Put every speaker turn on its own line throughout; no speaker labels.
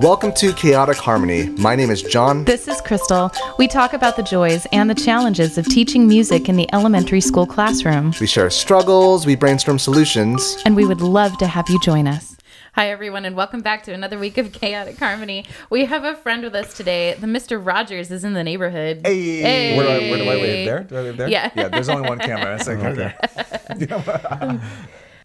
Welcome to Chaotic Harmony. My name is John.
This is Crystal. We talk about the joys and the challenges of teaching music in the elementary school classroom,
We share struggles, we brainstorm solutions.
and we would love to have you join us. Hi, everyone, and welcome back to another week of Chaotic Harmony. We have a friend with us today. The Mr. Rogers is in the neighborhood.
Hey.
Where do, I, where do I wave? There? Do I wave there?
Yeah.
Yeah, there's only one camera. It's like, okay.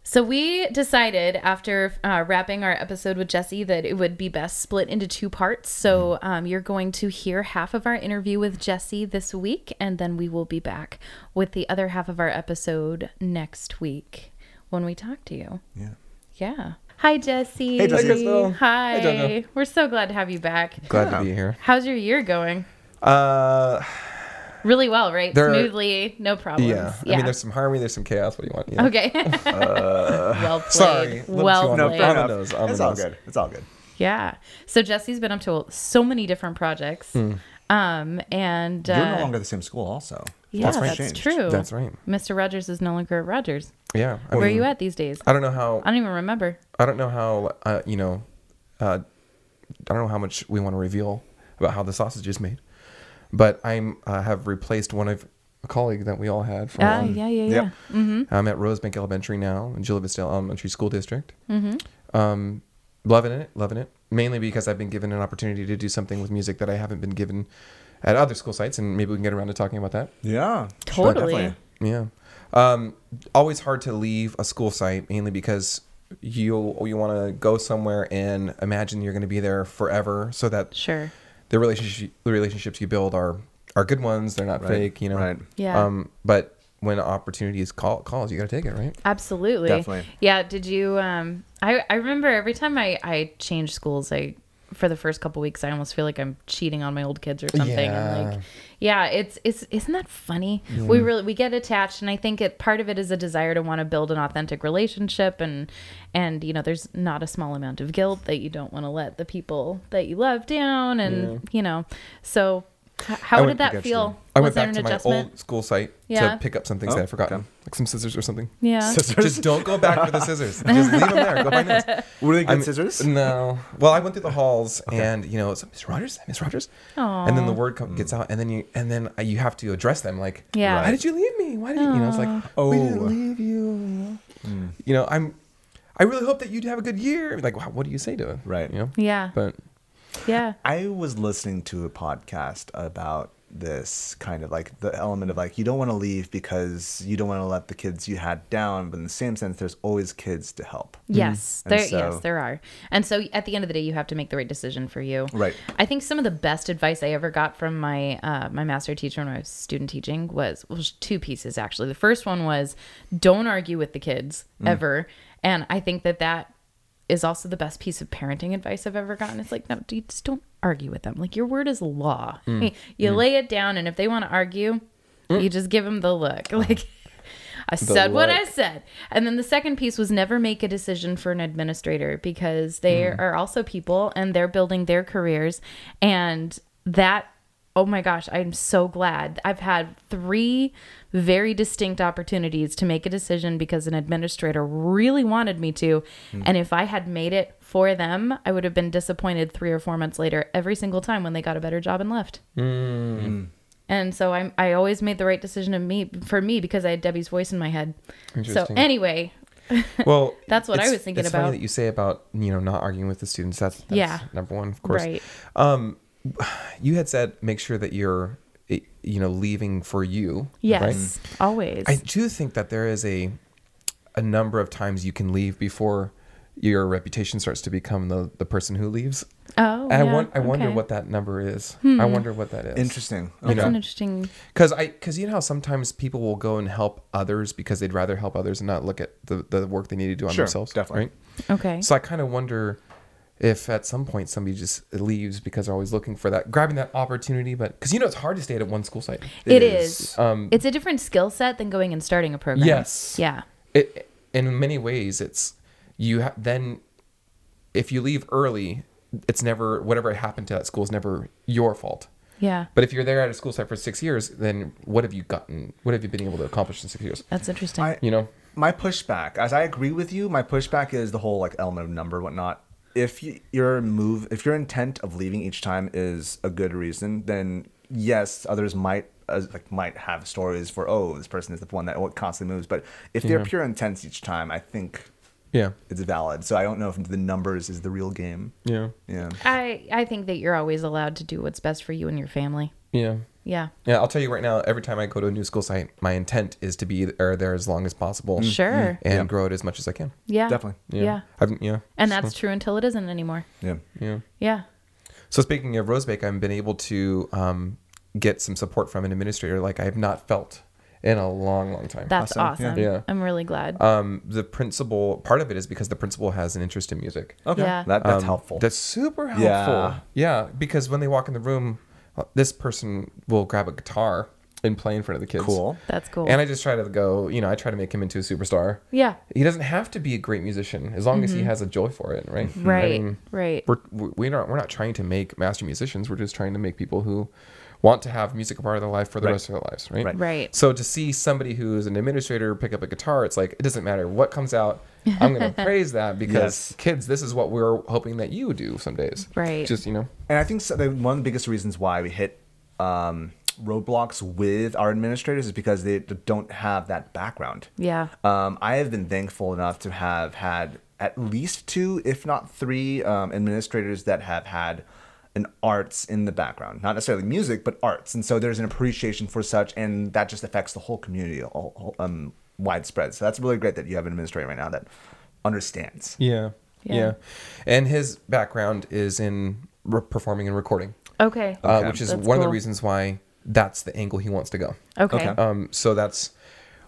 So we decided after uh, wrapping our episode with Jesse that it would be best split into two parts. So
Mm-hmm.
um, you're going to hear half of our interview with Jesse this week, and then we will be back with the other half of our episode next week when we talk to you.
Yeah.
Yeah. Hi, Jesse.
Hey, Jesse. Hey, Crystal.
Hi.
Hey, Jojo.
We're so glad to have you back.
Glad
Yeah.
to be here.
How's your year going?
Uh,
Really well, right?
There are-
Smoothly, no problems.
yeah. I mean, there's some harmony, there's some chaos. What do you want? Yeah.
Okay. well played.
Sorry. Little too
Well played.
on- no, fair enough.
On the nose, on the
It's all
nose.
good. It's all good.
Yeah. So Jesse's been up to so many different projects.
Hmm.
Um, and uh,
You're no longer the same school, also.
yeah,
That's
that's,
right. Changed.
true.
That's right. Oh,
Mr. Rogers is no longer at Rogers.
Yeah. Uh, I
Where are
mean,
you at these days?
I don't know how.
I don't even remember.
I don't know how. Uh, you know, uh, I don't know how much we want to reveal about how the sausage is made, but I'm uh, have replaced one of a colleague that we all had from.
Ah, yeah, yeah, yeah.
Yep.
I'm at Rosebank Elementary now in Gila Vista Elementary School District. Mm-hmm. Um, loving it, loving it. Mainly because I've been given an opportunity to do something with music that I haven't been given at other school sites, and maybe we can get around to talking about that.
Yeah. Sure,
Totally.
definitely.
Yeah. Um, always hard to leave a school site mainly because you you want to go somewhere and imagine you're going to be there forever, so that
Sure.
the relationship the relationships you build are are good ones. They're not
Right,
fake, you know.
right.
Yeah.
Um, but when opportunity is call, calls, you got to take it, right?
Absolutely.
Definitely.
Yeah. Did you? Um, I I remember every time I I change schools, I for the first couple weeks, I almost feel like I'm cheating on my old kids or something. And
Yeah.
like, yeah, it's it's isn't that funny? We really we get attached, and I think it part of it is a desire to want to build an authentic relationship, and and you know, there's not a small amount of guilt that you don't want to let the people that you love down, and you know, so h-
I
how
went-
did
I
that
got
feel?
you. I
Was
went
there
back
an
to my
adjustment?
old school site
Yeah.
to pick up some things
Oh,
that I'd forgotten,
okay.
like some scissors or something.
Yeah.
Scissors.
Just don't go back for the scissors. Just leave them there. Go find those.
Were they good
I'm-
scissors?
No. Well, I went through the halls and you know, it's Miss Rogers, Miss Rogers, and then the word co-
Mm.
gets out, and then you and then uh, you have to address them like,
Yeah.
why did you leave me? Why did you? You know, it's like, oh, we
Oh. Mm.
didn't leave you. You know, I'm. I really hope that you'd have a good year. Like, wow, what do you say to it?
Right.
You know.
Yeah.
But
yeah.
I was listening to a podcast about this kind of like the element of like you don't want to leave because you don't want to let the kids you had down, but in the same sense, there's always kids to help.
Yes,
Mm-hmm. And
there.
so-
yes, there are. And so, at the end of the day, you have to make the right decision for you.
Right.
I think some of the best advice I ever got from my uh, my master teacher when I was student teaching was was two pieces actually. The first one was don't argue with the kids
Mm.
ever, and I think that that is also the best piece of parenting advice I've ever gotten. It's like no, dude, just don't argue with them. Like your word is law.
Mm.
You lay it down, and if they want to argue, you just give them the look. Like. I said what I
look.
said. And then the second piece was never make a decision for an administrator because they are also people and they're building their careers. And that, oh my gosh, I'm so glad. I've had three very distinct opportunities to make a decision because an administrator really wanted me to. And if I had made it for them, I would have been disappointed three or four months later every single time when they got a better job and left and so I I always made the right decision to me for me because I had Debbie's voice in my head. So
Interesting.
anyway,
well,
That's what I
it's-
was thinking
it's
about.
Funny that you say about you know not arguing with the students. That's, that's
Yeah.
number one, of course.
right?
You had said make sure that you're eh, you know leaving for you.
Yes,
Right?
always.
I do think that there is a a number of times you can leave before your reputation starts to become the the person who leaves.
oh,
And I
yeah,
won- I wonder
okay. Hmm.
what that number is. I wonder what that is.
Interesting.
You
Um,
That's
know,
an interesting.
because I because you know how sometimes people will go and help others because they'd rather help others and not look at the the work they need to do on
Sure,
themselves.
definitely.
Right.
Okay.
So I kind of wonder if at some point somebody just leaves because they're always looking for that, grabbing that opportunity. But because you know it's hard to stay at one school site.
it
it
is.
is,
um,
it's a different skill set than going and starting a program.
Yes.
Yeah.
It in many ways it's you ha- then if you leave early, it's never whatever happened to that school is never your fault.
Yeah.
But if you're there at a school site for six years, then what have you gotten? What have you been able to accomplish in six years?
That's interesting.
I-
You know.
My pushback, as I agree with you, my pushback is the whole like element of number, and whatnot. if you, your move, if your intent of leaving each time is a good reason, then yes, others might uh, like might have stories for oh, this person is the one that constantly moves. But if they're
Yeah.
pure intents each time, I think
Yeah.
it's valid. So I don't know if the numbers is the real game.
Yeah.
Yeah.
I I think that you're always allowed to do what's best for you and your family.
Yeah.
Yeah.
Yeah, I'll tell you right now, every time I go to a new school site, my intent is to be there, there as long as possible.
Mm. Sure.
And
Yeah.
grow it as much as I can.
Yeah.
Definitely.
Yeah.
I've, Mm-hmm. yeah.
And
So-
that's true until it isn't anymore.
Yeah.
Yeah.
Yeah.
So speaking of Rosebake, I've been able to um, get some support from an administrator like I have not felt in a long, long time.
That's awesome.
Yeah.
Yeah.
I'm really glad.
um, the principal, part of it is because the principal has an interest in music.
Okay.
Yeah.
That, that's
Um,
helpful.
That's super helpful.
Yeah.
Yeah. because when they walk in the room, uh, this person will grab a guitar and play in front of the kids.
cool.
That's cool.
And I just try to go, you know, I try to make him into a superstar.
yeah.
He doesn't have to be a great musician as long as he has a joy for it, right?
Mm-hmm. Right.
I mean,
right.
we're we- we're not we're not trying to make master musicians. We're just trying to make people who want to have music a part of their life for the
Right.
rest of their lives, right?
Right.
Right.
So to see somebody who is an administrator pick up a guitar, it's like it doesn't matter what comes out. I'm going to praise that because
Yes.
kids, this is what we're hoping that you do some days.
Right.
Just you know.
And I think so, the, one of the biggest reasons why we hit um, roadblocks with our administrators is because they d- don't have that background.
Yeah.
Um, I have been thankful enough to have had at least two, if not three, um, administrators that have had an arts in the background, not necessarily music, but arts. And so there's an appreciation for such, and that just affects the whole community all, all- um, widespread. So that's really great that you have an administrator right now that understands.
Yeah.
Yeah.
Yeah. And his background is in re- performing and recording,
Okay.
uh,
Okay.
which is
That's
one of the
cool.
reasons why that's the angle he wants to go.
okay.
okay.
Um, so that's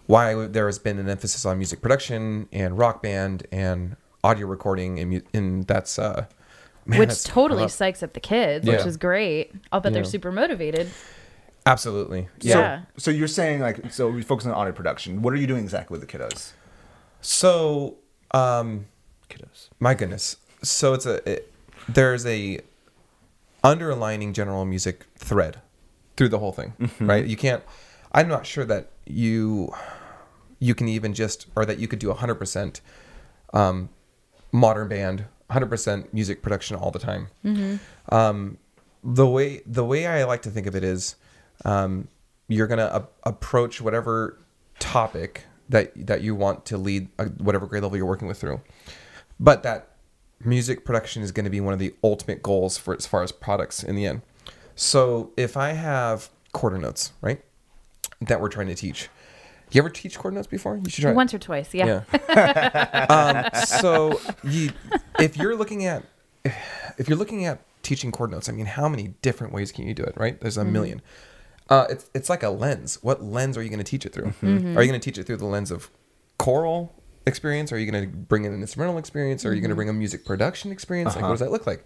why there has been an emphasis on music production and rock band and audio recording, and, mu- and that's uh, man,
which
that's
totally
come up.
psychs up the kids, which
Yeah.
is great. I'll bet they're
Yeah.
super motivated.
absolutely
Yeah.
So you're saying like so we focus on audio production. What are you doing exactly with the kiddos?
So, um,
Kiddos.
my goodness, so it's a it, there's a underlining general music thread through the whole thing, right? You can't. I'm not sure that you you can even just or that you could do 100% um, modern band 100% music production all the time um, the way the way i like to think of it is um, you're going to approach whatever topic that that you want to lead uh, whatever grade level you're working with through but that music production is going to be one of the ultimate goals for as far as products in the end so if i have quarter notes right that we're trying to teach you ever teach quarter notes before you should try it.
Once or twice, yeah.
um, so you, if you're looking at if you're looking at teaching chord notes, I mean, how many different ways can you do it? Right? There's a million. Uh, it's it's like a lens. What lens are you going to teach it through? Are you going to teach it through the lens of choral experience? Are you going to bring in an instrumental experience? Are you going to bring a music production experience? Like, what does that look like?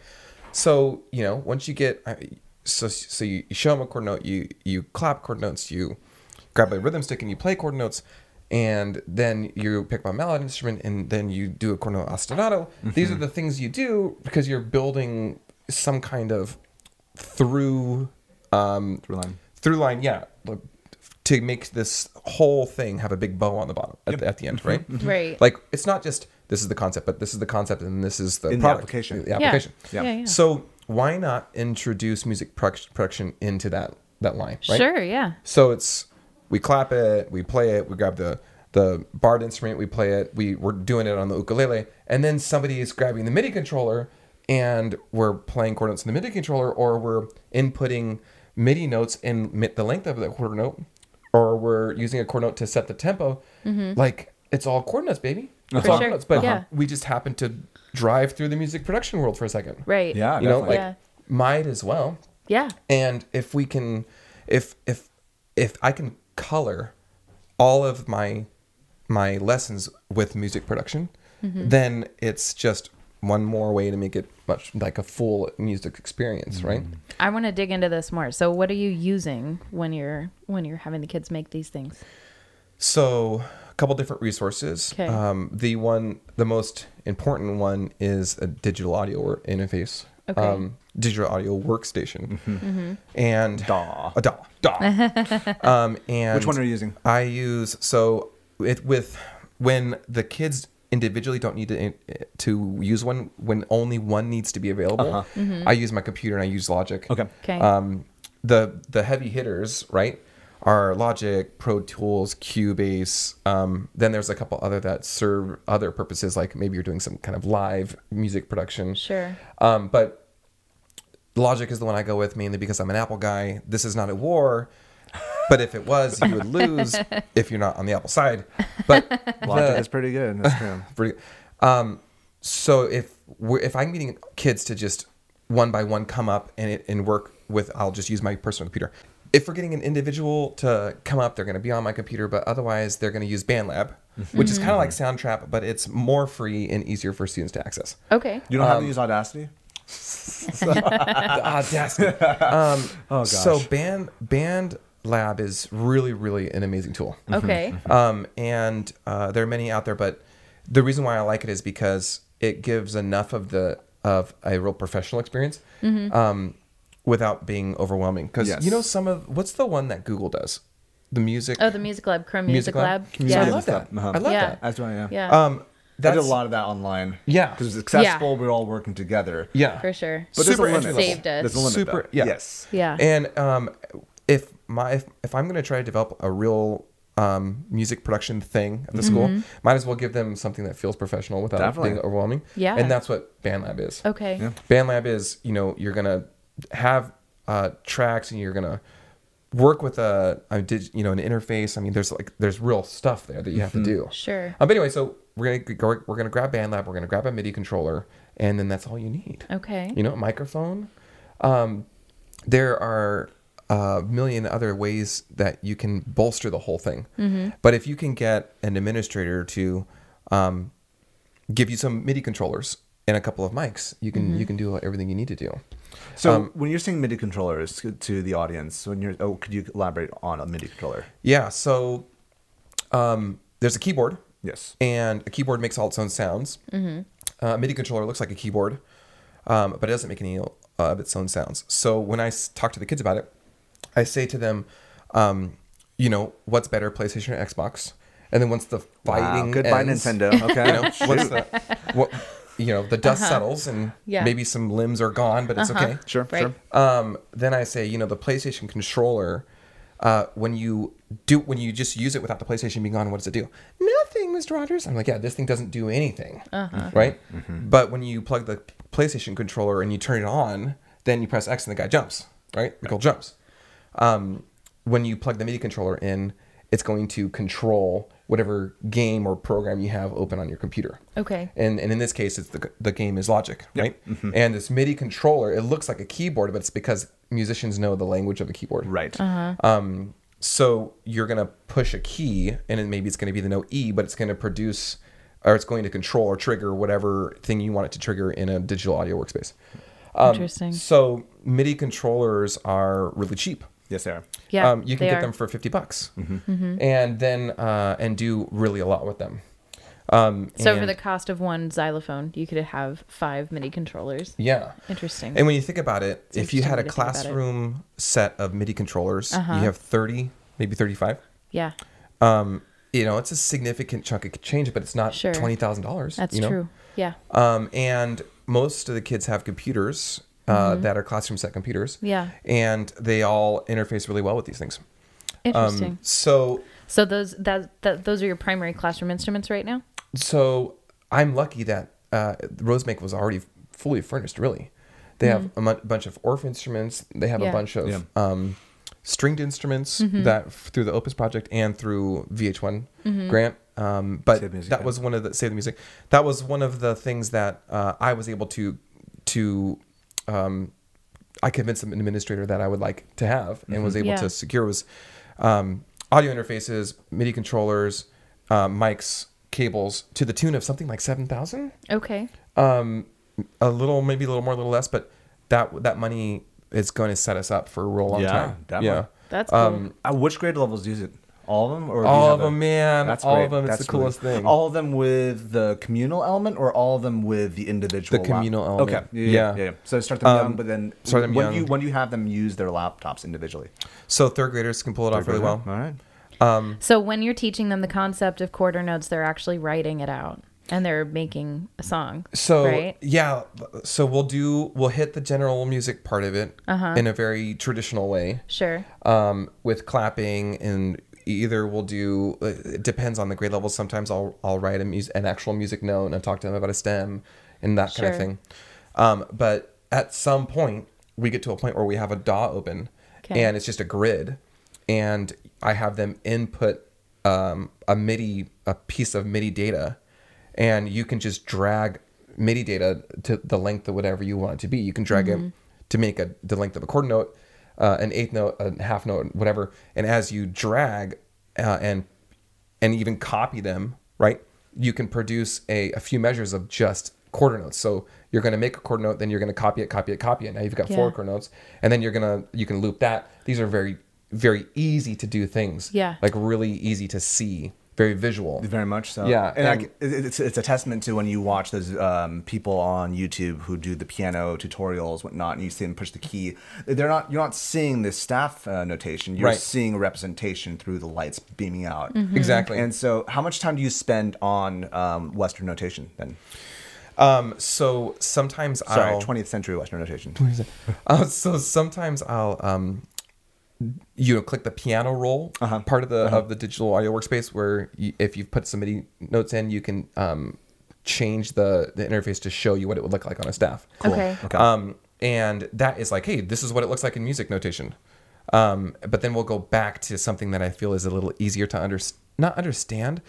So you know, once you get I- so so you you show them a chord note, you you clap chord notes, you grab a rhythm stick and you play chord notes and then you pick up a mallet instrument and then you do a corno ostinato these
Mm-hmm.
are the things you do because you're building some kind of through um
Through line.
through line yeah like, to make this whole thing have a big bow on the bottom at, the, at the end right
Mm-hmm.
Right.
like it's not just this is the concept but this is the concept and this is the
In the
product,
application.
the application
Yeah. Yeah. yeah.
so why not introduce music produc- production into that that line right
Sure, yeah.
so it's we clap it, we play it, we grab the the barred instrument, we play it, we we're doing it on the ukulele, and then somebody is grabbing the MIDI controller and we're playing chord notes in the MIDI controller, or we're inputting MIDI notes in mi- the length of the quarter note, or we're using a chord note to set the tempo. Like it's all chord notes, baby. It's
For
all
sure.
chord notes, but
Mm-hmm. Yeah.
we just happen to drive through the music production world for a second.
Right.
Yeah.
You know,
definitely.
like
Yeah.
might as well
Yeah.
and if we can if if if i can color all of my my lessons with music production then it's just one more way to make it much like a full music experience right
I want to dig into this more. So what are you using when you're when you're having the kids make these things?
So, a couple different resources.
Okay.
Um, the one, the most important one is a digital audio or interface. um,
Okay. Mm-hmm.
digital audio workstation. And
DAW.
A DAW. DAW. um, and
Which one are you using?
I use so it with when the kids individually don't need to to use one when only one needs to be available. I use my computer and I use Logic.
Okay.
Mm-hmm. Okay.
Um, the the heavy hitters, right, are Logic, Pro Tools, Cubase. Um, then there's a couple other that serve other purposes, like maybe you're doing some kind of live music production.
Sure.
Um, but Logic is the one I go with mainly because I'm an Apple guy. This is not a war. But if it was, you would lose if you're not on the Apple side. But
Logic is pretty good. That's true.
pretty- Um, so if we're, if I'm getting kids to just one by one come up and it, and work with, I'll just use my personal computer. If we're getting an individual to come up, they're going to be on my computer, but otherwise they're going to use BandLab, which is kind of like Soundtrap, but it's more free and easier for students to access.
Okay.
You don't have
Um,
to use Audacity?
the audacity. Um, So band band lab is really really an amazing tool.
Mm-hmm.
Okay.
Um, and uh, there are many out there, but the reason why I like it is because it gives enough of the of a real professional experience
Mm-hmm.
um, without being overwhelming. Because
Yes.
you know some of what's the one that Google does, the music.
Oh, the music lab, Chrome Music, Lab.
So I
Yeah.
love that.
Uh-huh.
I love
Yeah.
that.
That's right, yeah.
Yeah.
Um,
That's,
that's
I did a lot of that online.
Yeah.
Because it's accessible. We're all working together.
Yeah,
for sure.
But there's a
Super
limit.
entry-level.
Saved us.
There's a limit.
Super-
though.
yeah.
Yes.
Yeah.
And um, if my if, if I'm going to try to develop a real um, music production thing at the school,
Mm-hmm.
might as well give them something that feels professional without it
Definitely.
being overwhelming.
Yeah.
And that's what BandLab is.
okay.
Yeah.
BandLab is you know you're gonna have uh, tracks and you're gonna work with a, a dig, you know an interface. I mean, there's like there's real stuff there that you have to do.
Sure.
Um, but anyway, so we're gonna go, we're gonna grab BandLab, we're gonna grab a MIDI controller, and then that's all you need
Okay.
Uh, you know, a microphone. Um, there are uh, a million other ways that you can bolster the whole thing. But if you can get an administrator to um, give you some MIDI controllers and a couple of mics, you can you can do everything you need to do.
So
Um,
when you're saying MIDI controllers to- to the audience, when you're oh, could you elaborate on a MIDI controller?
Yeah. So um, there's a keyboard.
Yes.
And a keyboard makes all its own sounds. Mm-hmm. Uh, MIDI controller looks like a keyboard, um, but it doesn't make any uh, of its own sounds. So when I s- talk to the kids about it, I say to them, um, you know, what's better, PlayStation or Xbox? And then once the fighting
Goodbye,
ends,
Nintendo. Okay.
you know, once the, what, you know, the dust settles and
Yeah.
maybe some limbs are gone, but it's okay
sure,
Right.
sure.
um, then I say, you know, the PlayStation controller. Uh, when you do, when you just use it without the PlayStation being on, what does it do? Nothing, Mr. Rogers. I'm like, yeah, this thing doesn't do anything, right? But when you plug the PlayStation controller and you turn it on, then you press X and the guy jumps, right? The girl jumps. Um, when you plug the MIDI controller in, it's going to control whatever game or program you have open on your computer
Okay.
and and in this case it's the, the game is logic right and this midi controller it looks like a keyboard but it's because musicians know the language of a keyboard
Right.
Uh-huh.
um so you're gonna push a key and then maybe it's gonna be the note e but it's gonna produce or it's going to control or trigger whatever thing you want it to trigger in a digital audio workspace Um,
Interesting.
so midi controllers are really cheap
Yes, they are.
Yeah.
um, you can
they are.
get
Mm-hmm.
them for 50 bucks and then uh, and do really a lot with them um,
So for
and-
the cost of one xylophone, you could have five MIDI controllers.
yeah
Interesting.
And when you think about it, if
interesting
you had
way
a
to think about it.
classroom set of MIDI controllers,
Uh-huh.
you have 30, maybe 35.
yeah.
Um, you know, it's a significant chunk of change, but it's not
Sure.
$20,000.
That's
you know?
true. Yeah.
Um, and most of the kids have computers uh, that are classroom set computers.
Mm-hmm. Yeah.
And they all interface really well with these things.
Interesting.
Um, so,
so those that, that those are your primary classroom instruments right now?
so I'm lucky that uh, Rosemake was already fully furnished, really. They have a mu- bunch of orf instruments. They have
Yeah.
a bunch of
Yeah.
um, stringed instruments that f- through the Opus Project and through VH1 grant. Um, but
Save the Music
that
grant.
was one of the Save the Music. That was one of the things that uh, I was able to to um, I convinced an administrator that I would like to have and was able
Mm-hmm. Yeah.
to secure was um, audio interfaces, MIDI controllers, uh, mics, cables to the tune of something like seven thousand
Okay.
um, a little, maybe a little more, a little less, but that that money is going to set us up for a real long
Yeah,
time.
definitely.
Yeah,
That's cool.
Um,
At Uh, which grade levels use it? All of them, or do you
all
have
of
a-
them, man,
That's
all
great.
of them. It's
That's
the coolest
really-
thing.
All of them with the communal element, or all of them with the individual. lap-
communal element.
Okay. Yeah. yeah.
Yeah.
yeah. So start them young,
Um,
but then
start them
when
young.
you when you have them use their laptops individually.
so third graders can pull it off really well.
All right.
So when you're teaching them the concept of quarter notes, they're actually writing it out. and they're making a song.
So
right?
yeah, so we'll do we'll hit the general music part of it
Uh-huh.
in a very traditional way,
Sure.
um, with clapping and either we'll do it depends on the grade level. Sometimes I'll I'll write a mus an actual music note and I'll talk to them about a stem and that kind of
Sure.
thing. Um, but at some point we get to a point where we have a DAW open
Okay.
and it's just a grid, and I have them input um, a MIDI a piece of MIDI data and you can just drag MIDI data to the length of whatever you want it to be. You can drag it to make a the length of a quarter note, uh, an eighth note, a half note, whatever. And as you drag uh, and and even copy them, right, you can produce a, a few measures of just quarter notes. So you're going to make a quarter note, then you're going to copy it, copy it, copy it. Now you've got
Yeah.
four quarter notes, and then you're gonna you can loop that. These are very very easy to do things.
Yeah.
like really easy to see, very visual.
Very much so.
Yeah,
and, I
and-
c- it- it's it's a testament to when you watch those um, people on YouTube who do the piano tutorials, whatnot, and you see them push the key. They're not you're not seeing the staff uh, notation. You're
Right.
seeing representation through the lights beaming out.
Exactly.
And so, how much time do you spend on um, Western notation then?
Um, so sometimes
Sorry,
I'll
20th century Western notation.
uh, so sometimes I'll um, you know click the piano roll part of the of the digital audio workspace where you, if you've put some MIDI notes in, you can um, change the the interface to show you what it would look like on a staff.
Okay.
Okay.
Um, and that is like, hey, this is what it looks like in music notation. Um, but then we'll go back to something that I feel is a little easier to under not understand.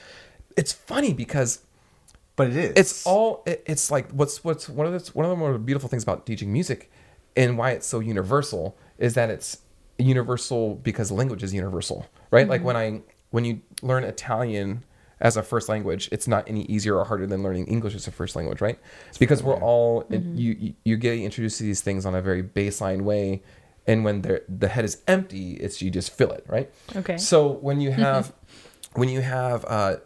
It's funny because
but it is.
it's all it, it's like what's what's one of the one of the more beautiful things about teaching music and why it's so universal is that it's universal because language is universal right like when i when you learn italian as a first language it's not any easier or harder than learning english as a first language right because we're all you you you're getting introduced to these things on a very baseline way and when the the head is empty it's you just fill it right
Okay.
so when you have when you have uh,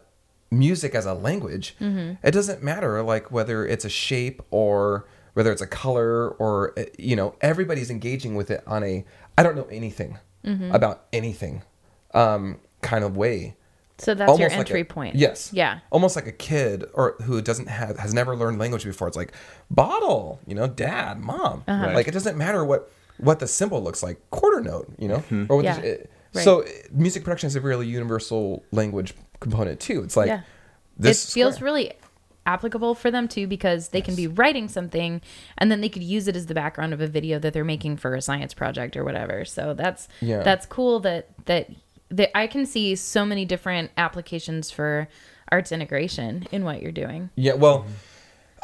music as a language, it doesn't matter like whether it's a shape or whether it's a color or uh, you know everybody's engaging with it on a I don't know anything about anything um, kind of way.
So that's your
like a-
entry point.
Yes.
Yeah.
Almost like a kid or who doesn't have has never learned language before. It's like bottle, you know, dad, mom.
Uh-huh.
Right.
Like it doesn't matter what what the symbol looks like, quarter note, you know, or what
Yeah.
the- it-
Right.
so it- music production is a really universal language component too. It's like
Yeah.
this
it feels
square.
really applicable for them too because they can be writing something and then they could use it as the background of a video that they're making for a science project or whatever. So that's
Yeah.
that's cool that that that I can see so many different applications for arts integration in what you're doing.
Yeah, well,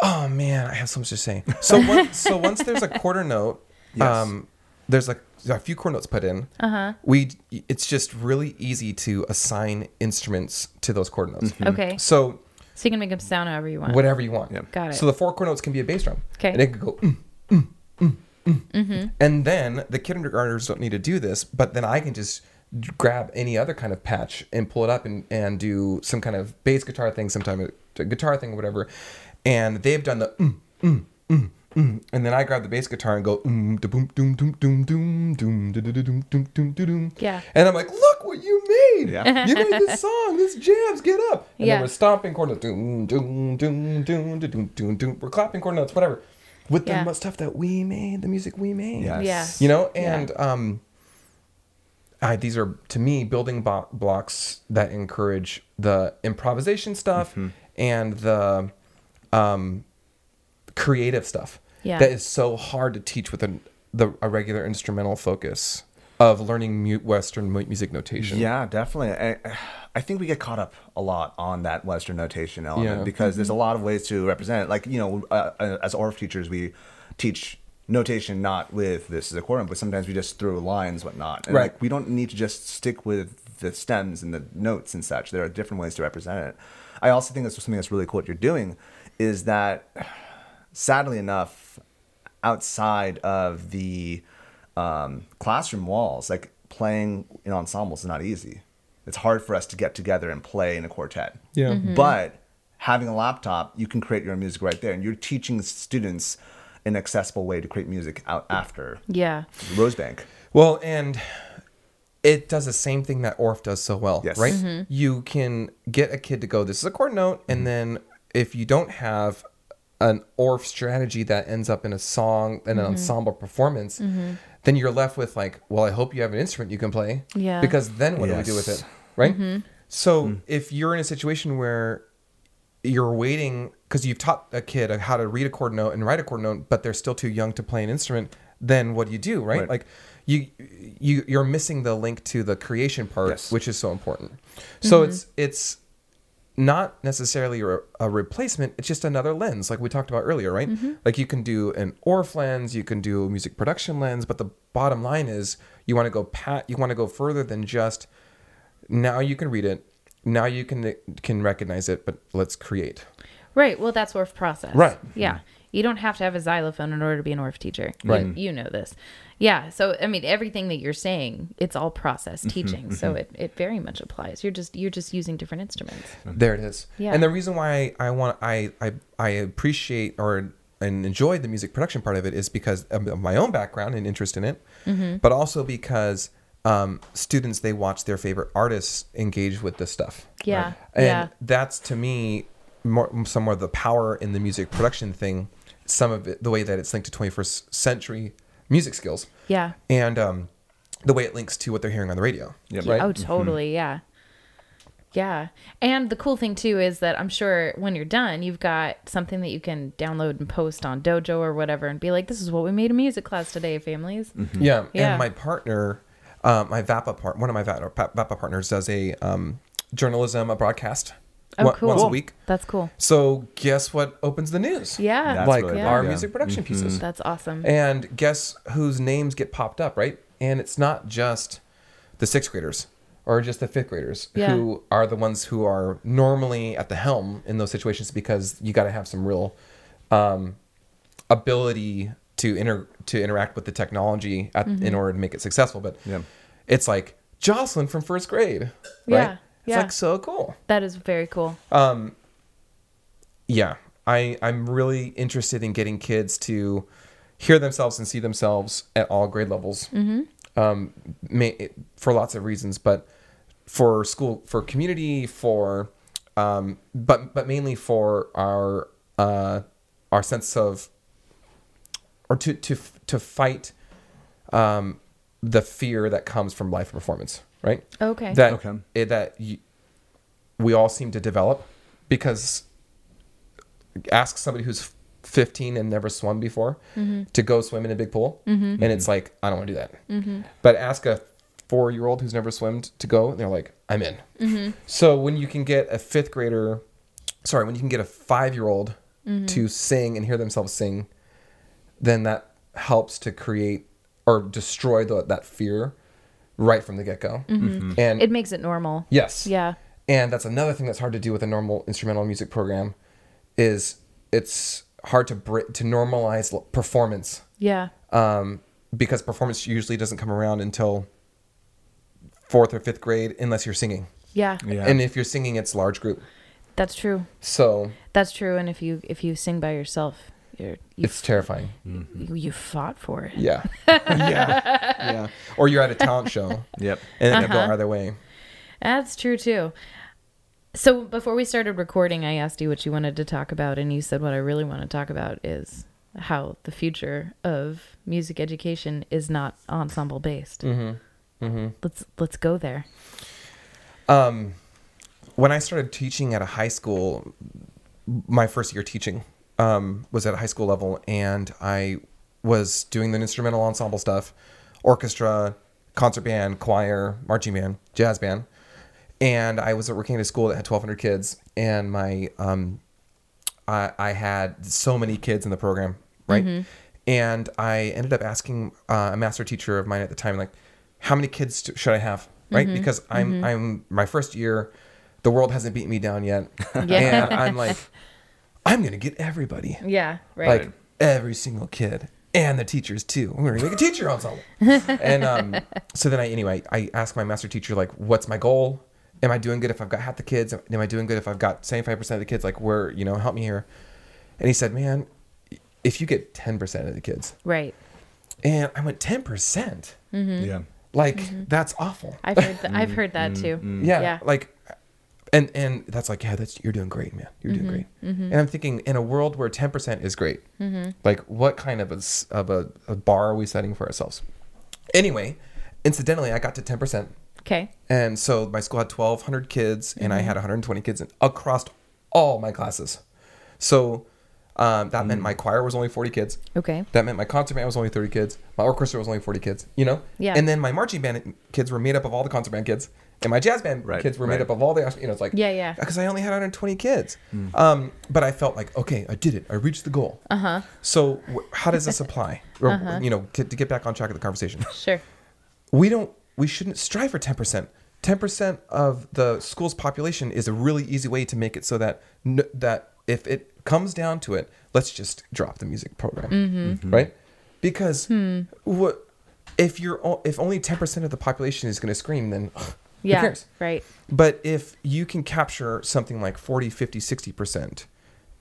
oh man, I have so much to say. So one, so once there's a quarter note, um, there's like a few quarter notes put in. Uh-huh. We it's just really easy to assign instruments to those quarter notes.
Okay. So
So
you can make them sound however you want.
whatever you want.
Got it.
So the four quarter notes can be a bass drum.
Okay. Mm-hmm.
And it could go. Mm, mm, mm, mm. And then the kindergartners don't need to do this, but then I can just grab any other kind of patch and pull it up and, and do some kind of bass guitar thing, sometime a guitar thing, whatever. And they've done the. Mm, Mm. And then I grab the bass guitar and go mm, da boom doom doom doom doom doom da da da doom doom doom da doom.
Yeah.
And I'm like, look what you made!
Yeah.
You made this song. This jams. Get up! And
Yeah.
then we're stomping chord notes. Doom doom doom doom da, doom doom doom. We're clapping chord notes. Whatever. With
Yeah.
the mu- stuff that we made, the music we made.
Yes.
Yeah.
You know,
Yeah.
and um, I, these are to me building bo- blocks that encourage the improvisation stuff and the um, creative stuff
Yeah.
that is so hard to teach with an, the a regular instrumental focus of learning mu- Western mu- music notation.
Yeah, definitely. I, I think we get caught up a lot on that Western notation element
Yeah.
because there's a lot of ways to represent it. Like you know, uh, uh, as ORF teachers, we teach notation not with this is a quorum, but sometimes we just throw lines, whatnot. And
Right.
Like we don't need to just stick with the stems and the notes and such. There are different ways to represent it. I also think that's something that's really cool. What you're doing is that sadly enough, outside of the um, classroom walls, like playing in ensembles is not easy. It's hard for us to get together and play in a quartet.
Yeah. Mhm.
But having a laptop, you can create your own music right there, and you're teaching students an accessible way to create music out after
Yeah.
Rosebank.
Well, and it does the same thing that Orff does so well,
Yes. Mm-hmm.
right? You can get a kid to go, this is a chord note, and then if you don't have an ORF strategy that ends up in a song and an ensemble performance, then you're left with like, well, I hope you have an instrument you can play.
Yeah.
Because then what do we do with
Yes. Mm.
it? Right? So if you're in a situation where you're waiting because you've taught a kid how to read a chord note and write a chord note, but they're still too young to play an instrument, then what do you do, right?
Right.
Like you you you're missing the link to the creation part,
Yes.
which is so important. So it's it's not necessarily a, a replacement it's just another lens like we talked about earlier right like you can do an orf lens you can do a music production lens but the bottom line is you want to go pat you want to go further than just now you can read it now you can can recognize it but let's create
Right. Well, that's ORF process.
Right.
Yeah. You don't have to have a xylophone in order to be an ORF teacher. You-
Right.
You, know this. Yeah. So, I mean, everything that you're saying, it's all process
Mm-hmm,
teaching. So it, it very much applies. You're just, you're just using different instruments.
There it is.
Yeah.
And the reason why I want I I, I appreciate or and enjoy the music production part of it is because of of my own background and interest in it,
Mm-hmm.
but also because um, students they watch their favorite artists engage with this stuff.
Yeah.
And
Yeah.
that's to me more some more of the power in the music production thing. Some of it, the way that it's linked to 21st century music skills.
Yeah.
And um, the way it links to what they're hearing on the radio.
Yep.
Right. Mm-hmm.
Oh, totally. Yeah. Yeah. And the cool thing too is that I'm sure when you're done, you've got something that you can download and post on Dojo or whatever and be like, this is what we made in music class today, families.
Mm-hmm. Yeah,
Yeah.
and my partner, uh, my VAPA part, one of my VAPA, VAPA partners does a um, journalism, a broadcast
Oh,
on-
cool.
once a
Cool.
week.
That's cool.
So guess what opens the news?
Yeah.
That's
like
really
Yeah.
our
cool, yeah.
music production pieces.
That's awesome.
And guess whose names get popped up, right? And it's not just the sixth graders or just the fifth graders
Yeah.
who are the ones who are normally at the helm in those situations because you got to have some real um, ability to inter to interact with the technology at,
Mm-hmm.
in order to make it successful. But
Yeah.
it's like Jocelyn from first grade, right?
Yeah,
It's
yeah.
like so cool.
that is very cool.
Uh, yeah i i'm really interested in getting kids to hear themselves and see themselves at all grade levels mm-hmm. um may, for lots of reasons but for school for community for um but but mainly for our uh our sense of or to to to fight um the fear that comes from live performance right
Okay.
that
Okay.
eh, that you, we all seem to develop because ask somebody who's 15 and never swum before to go swim in a big pool and it's like i don't want to do that but ask a four-year-old who's never swimmed to go and they're like i'm in so when you can get a fifth grader sorry when you can get a five-year-old to sing and hear themselves sing then that helps to create or destroy the, that fear right from the get-go and
it makes it normal.
yes
Yeah.
and that's another thing that's hard to do with a normal instrumental music program is it's hard to br- to normalize l- performance
Yeah.
um, because performance usually doesn't come around until fourth or fifth grade unless you're singing
Yeah.
Yeah.
and if you're singing it's large group
That's true.
so
That's true. And if you if you sing by yourself, you're you
it's terrifying
you, you fought for it.
yeah yeah yeah or you're at a talent show and
Yep.
they uh go either way
That's true too. So before we started recording, I asked you what you wanted to talk about, and you said what I really want to talk about is how the future of music education is not ensemble based. Mm-hmm. Mm-hmm. Let's let's go there.
when I started teaching at a high school, my first year teaching um, was at a high school level, and I was doing the instrumental ensemble stuff, orchestra, concert band, choir, marching band, jazz band, and I was working at a school that had 1,200 kids, and my um, I, I had so many kids in the program, right? And I ended up asking uh, a master teacher of mine at the time, like, how many kids t- should I have, right? Because I'm I'm my first year, the world hasn't beaten me down yet, and I'm like, I'm gonna get everybody,
Yeah. Right.
like every single kid and the teachers too. We're gonna make a teacher ensemble. and um, so then I anyway I asked my master teacher like, what's my goal? Am I doing good if I've got half the kids? Am I doing good if I've got seventy five percent of the kids? Like, where you know, help me here. And he said, man, if you get ten percent of the kids,
right.
and I went ten percent,
Mm-hmm.
Yeah.
like that's awful.
I've heard th- I've heard that too.
Mm, Yeah,
Yeah.
like and and that's like yeah that's you're doing great man you're doing great and i'm thinking in a world where 10% is great like what kind of a, s- of a, a bar are we setting for ourselves anyway incidentally i got to 10%
Okay.
and so my school had 1,200 kids,
Mm-hmm.
and I had 120 kids in, across all my classes. So um, that meant my choir was only 40 kids.
Mm. Okay.
That meant my concert band was only 30 kids. My orchestra was only 40 kids, you know?
Yeah.
And then my marching band kids were made up of all the concert band kids, and my jazz band
Right,
kids were
right.
made up of all the, you know, it's like,
Yeah, yeah.
Because I only had 120 kids.
Mm.
Um, but I felt like, okay, I did it. I reached the goal. Uh
Uh-huh.
huh. So wh- how does this apply? Or, You know, to, to get back on track of the conversation
Sure.
we don't we shouldn't strive for 10% 10% of the school's population is a really easy way to make it so that n- that if it comes down to it let's just drop the music program right because what if you're o- if only 10% of the population is going to scream then
Yeah.
who cares
Right.
but if you can capture something like 40, 50, 60%,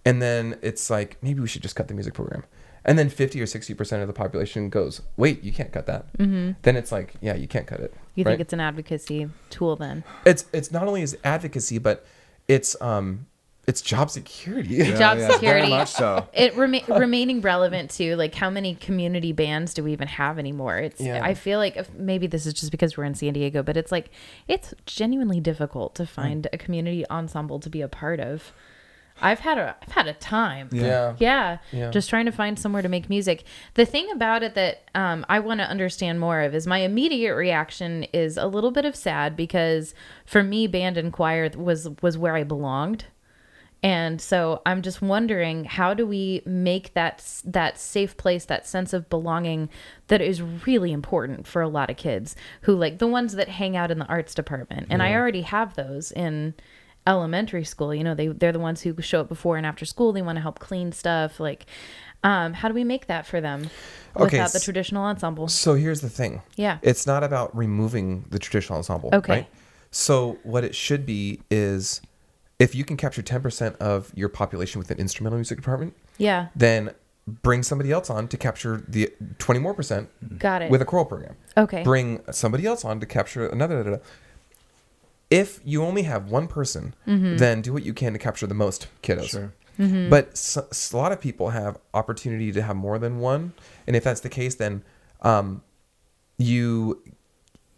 and then it's like, maybe we should just cut the music program. And then 50 or 60% of the population goes, wait, you can't cut that. Mm-hmm. Then it's like, yeah, you can't cut it.
You
right?
think it's an advocacy tool then?
it's, it's not only is advocacy, but it's, um, it's job security.
Job
yeah, very
security.
much so.
It rema- remaining relevant to like how many community bands do we even have anymore? It's
Yeah.
I feel like if, maybe this is just because we're in San Diego, but it's like it's genuinely difficult
Mm.
to find a community ensemble to be a part of. I've had a I've had a time.
Yeah.
yeah
Yeah.
just trying to find somewhere to make music the thing about it that um, i want to understand more of is my immediate reaction is a little bit of sad because for me band and choir was was where i belonged and so i'm just wondering how do we make that s- that safe place that sense of belonging that is really important for a lot of kids who like the ones that hang out in the arts department and i already have those in elementary school you know they they're the ones who show up before and after school they want to help clean stuff like um how do we make that for them
Okay,
without the
s-
traditional ensemble
So here's the thing.
Yeah.
It's not about removing the traditional ensemble.
Okay.
Right? So what it should be is if you can capture 10% of your population with an instrumental music department,
yeah
then bring somebody else on to capture the 20 more percent
got it
with a choral program.
Okay.
Bring somebody else on to capture another. da, da, da. If you only have one person,
Mm-hmm.
then do what you can to capture the most kiddos.
Sure.
But s s- a lot of people have opportunity to have more than one, and if that's the case, then um, you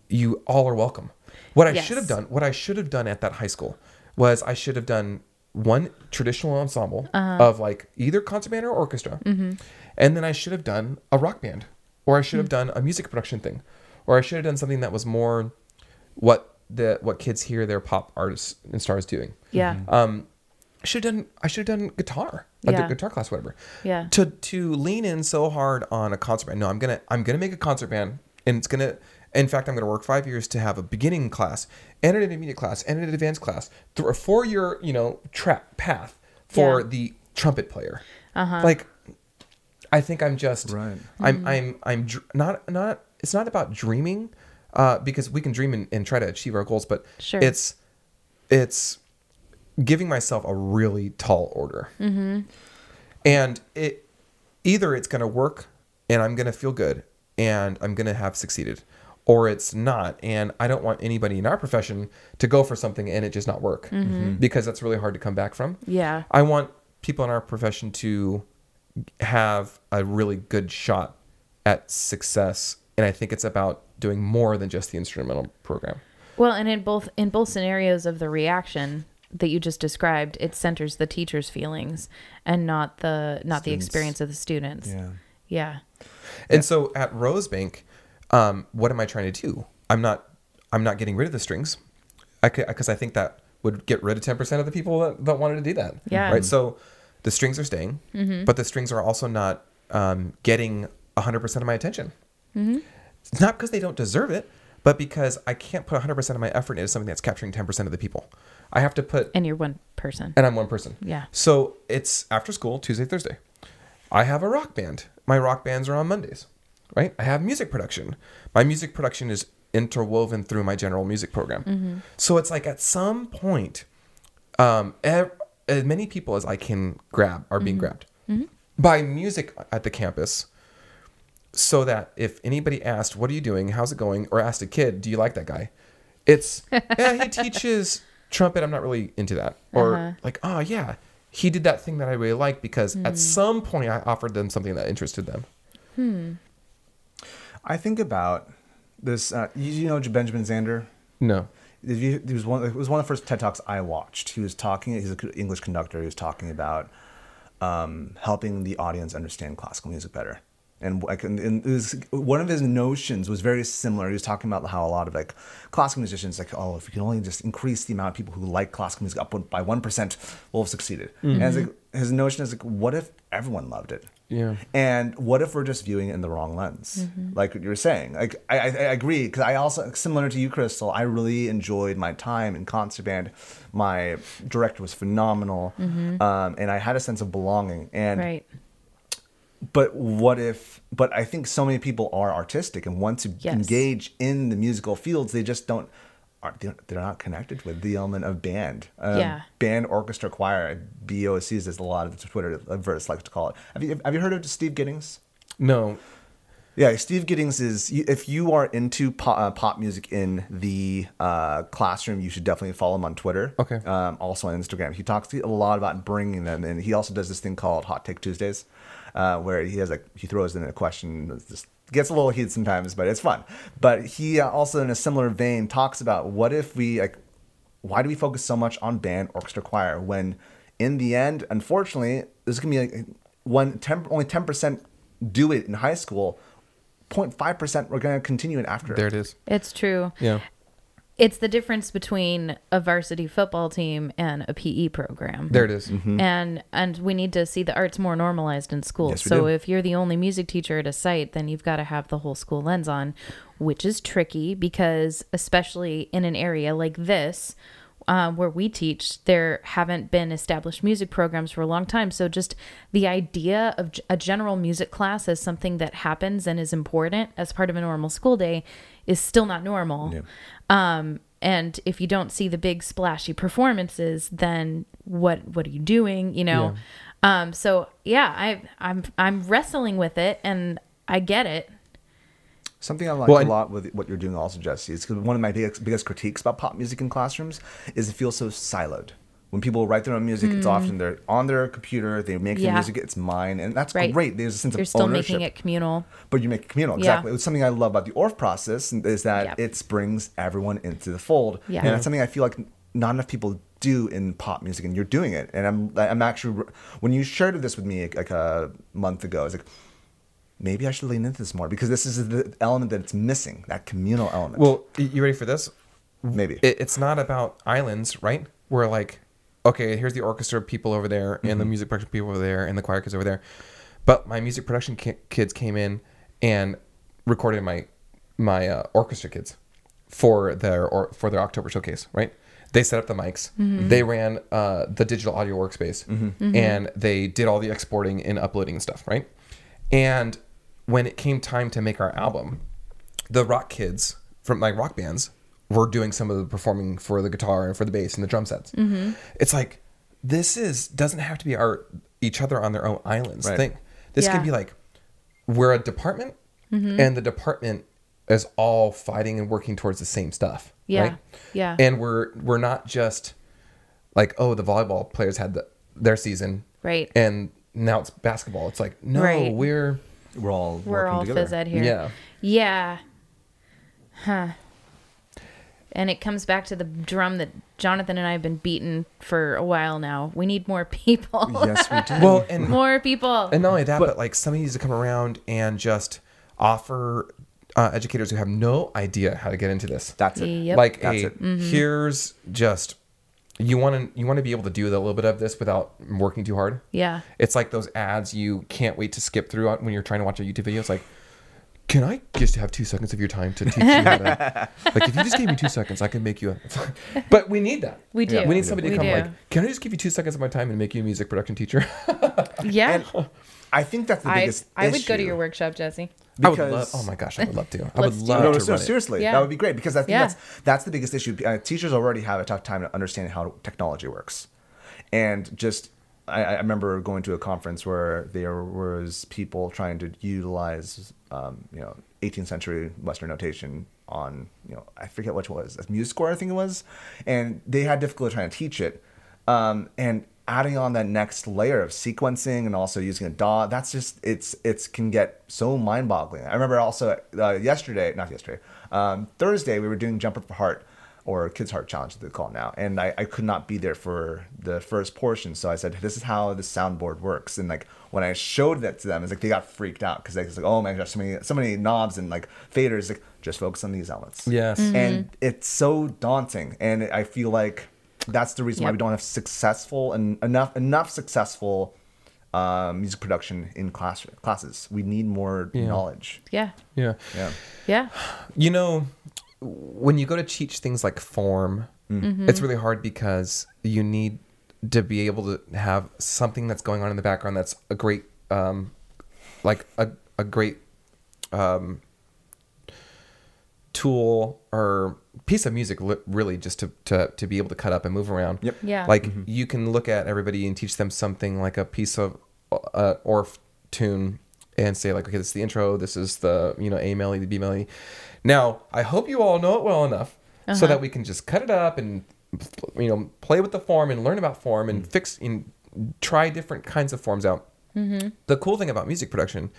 you all are welcome. What I
Yes.
should have done, what I should have done at that high school was I should have done one traditional ensemble of like either concert band or orchestra. And then I should have done a rock band or I should have done a music production thing or I should have done something that was more what the what kids hear their pop artists and stars doing.
yeah
Mm-hmm.
Um I should have done I should have done guitar. A
Yeah.
guitar class whatever
yeah
to to lean in so hard on a concert band. No, I'm gonna I'm gonna make a concert band, and it's gonna. In fact, I'm gonna work five years to have a beginning class, and an intermediate class, and an advanced class through a four year you know track path for
Yeah.
the trumpet player. Uh-huh. Like, I think I'm just
Right.
I'm
Mm-hmm.
I'm I'm dr- not not. It's not about dreaming, uh, because we can dream and, and try to achieve our goals, but
Sure.
it's it's giving myself a really tall order Mm-hmm. and it either it's going to work and i'm going to feel good and i'm going to have succeeded or it's not and i don't want anybody in our profession to go for something and it just not work because that's really hard to come back from
Yeah.
i want people in our profession to have a really good shot at success and i think it's about doing more than just the instrumental program
Well, and in both in both scenarios of the reaction that you just described, it centers the teacher's feelings and not the not the
Students.
experience of the students.
Yeah.
Yeah.
And so at Rosebank, um, what am I trying to do? I'm not I'm not getting rid of the strings, I because I think that would get rid of ten percent of the people that, that wanted to do that.
Yeah. Mm-hmm.
Right. So the strings are staying, but the strings are also not um, getting hundred percent of my attention.
Mm-hmm.
It's not because they don't deserve it, but because I can't put hundred percent of my effort into something that's capturing ten percent of the people. I have to put
And you're one person.
and I'm one person.
Yeah.
So it's after school, Tuesday, Thursday. I have a rock band. My rock bands are on Mondays, right? I have music production. My music production is interwoven through my general music program.
Mm-hmm.
So it's like at some point, um, ev- as many people as I can grab are
Mm-hmm.
being grabbed by music at the campus. So that if anybody asked, "What are you doing? How's it going?" or asked a kid, "Do you like that guy?" It's yeah, he teaches trumpet i'm not really into that or like oh yeah he did that thing that i really like because at some point i offered them something that interested them
I think about this. Uh, you, you know Benjamin Zander.
no
If you- He was one. It was one of the first TED talks I watched. He was talking. He's an English conductor. He was talking about um, helping the audience understand classical music better. And like, and, and it was, one of his notions was very similar. He was talking about how a lot of like classical musicians, like, oh, if we can only just increase the amount of people who like classical music up one- by one percent, we'll have succeeded. And it's like, his notion is like, what if everyone loved it?
Yeah.
And what if we're just viewing it in the wrong lens?
Mm-hmm.
Like you were saying, like I, I, I agree because I also similar to you, Crystal. I really enjoyed my time in concert band. My director was phenomenal, um, and I had a sense of belonging. And
Mm-hmm. right.
but what if? But I think so many people are artistic and want to
Yes.
engage in the musical fields. They just don't. Are, they're they're not connected with the element of band, um,
Yeah.
band, orchestra, choir. BOCs, as a lot of the Twitter verse likes to call it. Have you have you heard of Steve Giddings?
no
Yeah, Steve Giddings is. If you are into pop, uh, pop music in the uh, classroom, you should definitely follow him on Twitter.
Okay.
Um, also on Instagram, he talks a lot about bringing them, and he also does this thing called Hot Take Tuesdays, uh, where he has like he throws in a question, that's just gets a little heated sometimes, but it's fun. But he uh, also, in a similar vein, talks about what if we like, why do we focus so much on band, orchestra, choir when, in the end, unfortunately, there's gonna be like one temp- only ten percent do it in high school 0.5% we're going to continue it after.
there it is
It's true.
yeah
It's the difference between a varsity football team and a PE program.
there it is.
Mm-hmm.
And and we need to see the arts more normalized in schools.
Yes, we
so
do.
if you're the only music teacher at a site, then you've got to have the whole school lens on, which is tricky because especially in an area like this, uh, where we teach, there haven't been established music programs for a long time. So just the idea of g- a general music class as something that happens and is important as part of a normal school day is still not normal.
Yeah.
Um, and if you don't see the big splashy performances, then what what are you doing? You know. Um, so yeah, I I'm I'm wrestling with it, and I get it.
Something I like
Well,
a
and-
lot with what you're doing also, Jesse, is 'cause one of my biggest, biggest critiques about pop music in classrooms is it feels so siloed. When people write their own music, it's often they're on their computer, they make their
Mm. Yeah.
music, it's mine, and that's
Right.
great. There's a sense
You're
of
still
ownership.
making it communal.
but you make it communal.
Yeah.
Exactly. It's something I love about the ORF process is that
Yep.
it brings everyone into the fold.
Yeah.
And that's something I feel like not enough people do in pop music, and you're doing it. And I'm I'm actually when you shared this with me like a month ago, I was like. Maybe I should lean into this more because this is the element that it's missing, that communal element.
Well, y- you ready for this?
maybe.
It, it's not about islands, right? Where like, okay, here's the orchestra people over there, and the music production people over there, and the choir kids over there. But my music production ki- kids came in and recorded my my uh, orchestra kids for their or for their October showcase, right? They set up the mics. They ran uh, the digital audio workspace, and they did all the exporting and uploading and stuff, right? And when it came time to make our album, the rock kids from like rock bands were doing some of the performing for the guitar and for the bass and the drum sets.
Mm-hmm.
It's like this is doesn't have to be our each other on their own islands
Right.
thing. This
Yeah. Mm-hmm.
can be like we're a department and the department is all fighting and working towards the same stuff.
Yeah.
right?
Yeah.
And we're we're not just like oh the volleyball players had the, their season
Right.
and now it's basketball. It's like no
Right.
we're
we're all
We're
working
all
together.
phys ed here.
Yeah.
Yeah. Huh. And it comes back to the drum that Jonathan and I have been beating for a while now. We need more people.
yes, we do.
well and
more people.
And not only that, but, like somebody needs to come around and just offer uh, educators who have no idea how to get into this.
That's it.
Yep. Mm-hmm.
Like
That's
a,
it.
here's just you want to you want to be able to do a little bit of this without working too hard.
Yeah.
It's like those ads you can't wait to skip through on when you're trying to watch a YouTube video. It's like, can I just have two seconds of your time to teach you? How to, like, if you just gave me two seconds, I can make you. A, but we need that.
We do.
We need somebody to
We
come.
do.
Like, can I just give you two seconds of my time and make you a music production teacher?
yeah.
I think that's the
I,
biggest
I would go to
issue.
your workshop, Jesse.
I would love.
Because-
Oh my gosh, I would love to. I would
Let's do it.
love to
No, no,
run
no,
it.
seriously,
Yeah.
that would be great because I think
Yeah.
that's that's the biggest issue. Uh, teachers already have a tough time to understand how technology works, and just I, I remember going to a conference where there was people trying to utilize um, you know 18th century Western notation on you know I forget which was a music score I think it was, and they had difficulty trying to teach it, um, and adding on that next layer of sequencing and also using a DAW that's just it's it's can get so mind-boggling. I remember also uh, yesterday not yesterday um, Thursday we were doing Jumper for Heart or Kids Heart Challenge they call it now. And I, I could not be there for the first portion. So I said, this is how the soundboard works. And like when I showed that to them, it's like they got freaked out because they was like, oh my gosh, so many so many knobs and like faders. Like just focus on these elements.
Yes. Mhm.
And it's so daunting. And I feel like that's the reason why
Yep.
we don't have successful and enough enough successful uh, music production in class classes. We need more
Yeah.
knowledge.
Yeah.
Yeah.
Yeah.
Yeah.
You know, when you go to teach things like form,
Mm.
Mm-hmm.
it's really hard because you need to be able to have something that's going on in the background that's a great, um, like a, a great um, tool or piece of music, li- really, just to, to, to be able to cut up and move around.
Yep.
Yeah.
Like you can look at everybody and teach them something like a piece of uh, orf tune and say like, okay, this is the intro. This is the you know A melody, the B melody. Now I hope you all know it well enough so that we can just cut it up and you know play with the form and learn about form and fix and try different kinds of forms out. The cool thing about music production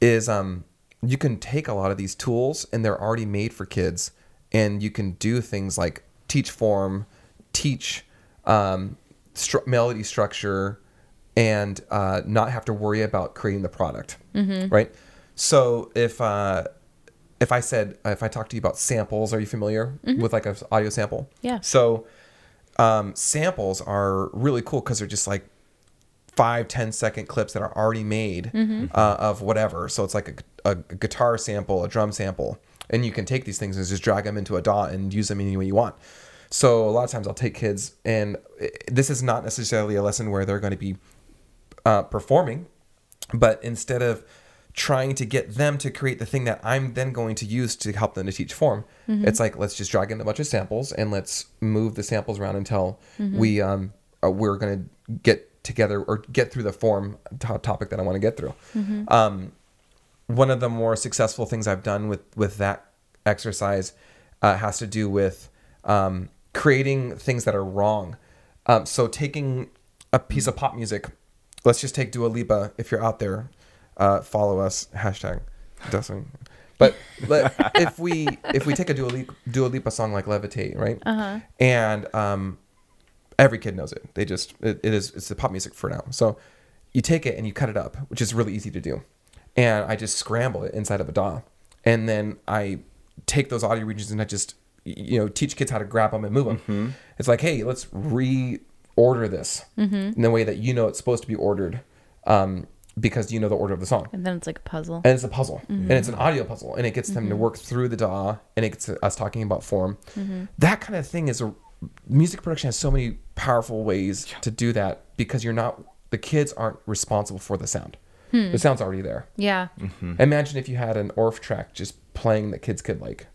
is um, you can take a lot of these tools and they're already made for kids, and you can do things like teach form, teach um, stru- melody structure, and uh, not have to worry about creating the product, right? So if uh, if I said if I talk to you about samples, are you familiar with like an audio sample?
Yeah.
So um, samples are really cool because they're just like five ten second clips that are already made uh, of whatever so it's like a, a guitar sample a drum sample and you can take these things and just drag them into a dot and use them any way you want so a lot of times i'll take kids and i- this is not necessarily a lesson where they're going to be uh, performing but instead of trying to get them to create the thing that i'm then going to use to help them to teach form it's like let's just drag in a bunch of samples and let's move the samples around until we um, uh, we're going to get together or get through the form to- topic that I want to get through. Um, one of the more successful things I've done with with that exercise uh, has to do with um, creating things that are wrong. Um, so taking a piece of pop music, let's just take Dua Lipa. If you're out there, uh, follow us hashtag doesn't. But, but if we if we take a Dua Lipa, Dua Lipa song like Levitate, right? Uh-huh. And um, every kid knows it. They just it, it is it's the pop music for now. So you take it and you cut it up, which is really easy to do. And I just scramble it inside of a DAW, and then I take those audio regions and I just y- you know teach kids how to grab them and move them. It's like hey, let's reorder this in the way that you know it's supposed to be ordered, um, because you know the order of the song
And then it's like a puzzle.
and it's a puzzle and it's an
Mm-hmm.
audio puzzle and it gets them to work through the DAW and it gets us talking about form
Mm-hmm.
that kind of thing is a music production has so many powerful ways to do that because you're not the kids aren't responsible for the sound
Hmm.
the sound's already there
Yeah.
Mm-hmm. imagine if you had an orf track just playing that kids could like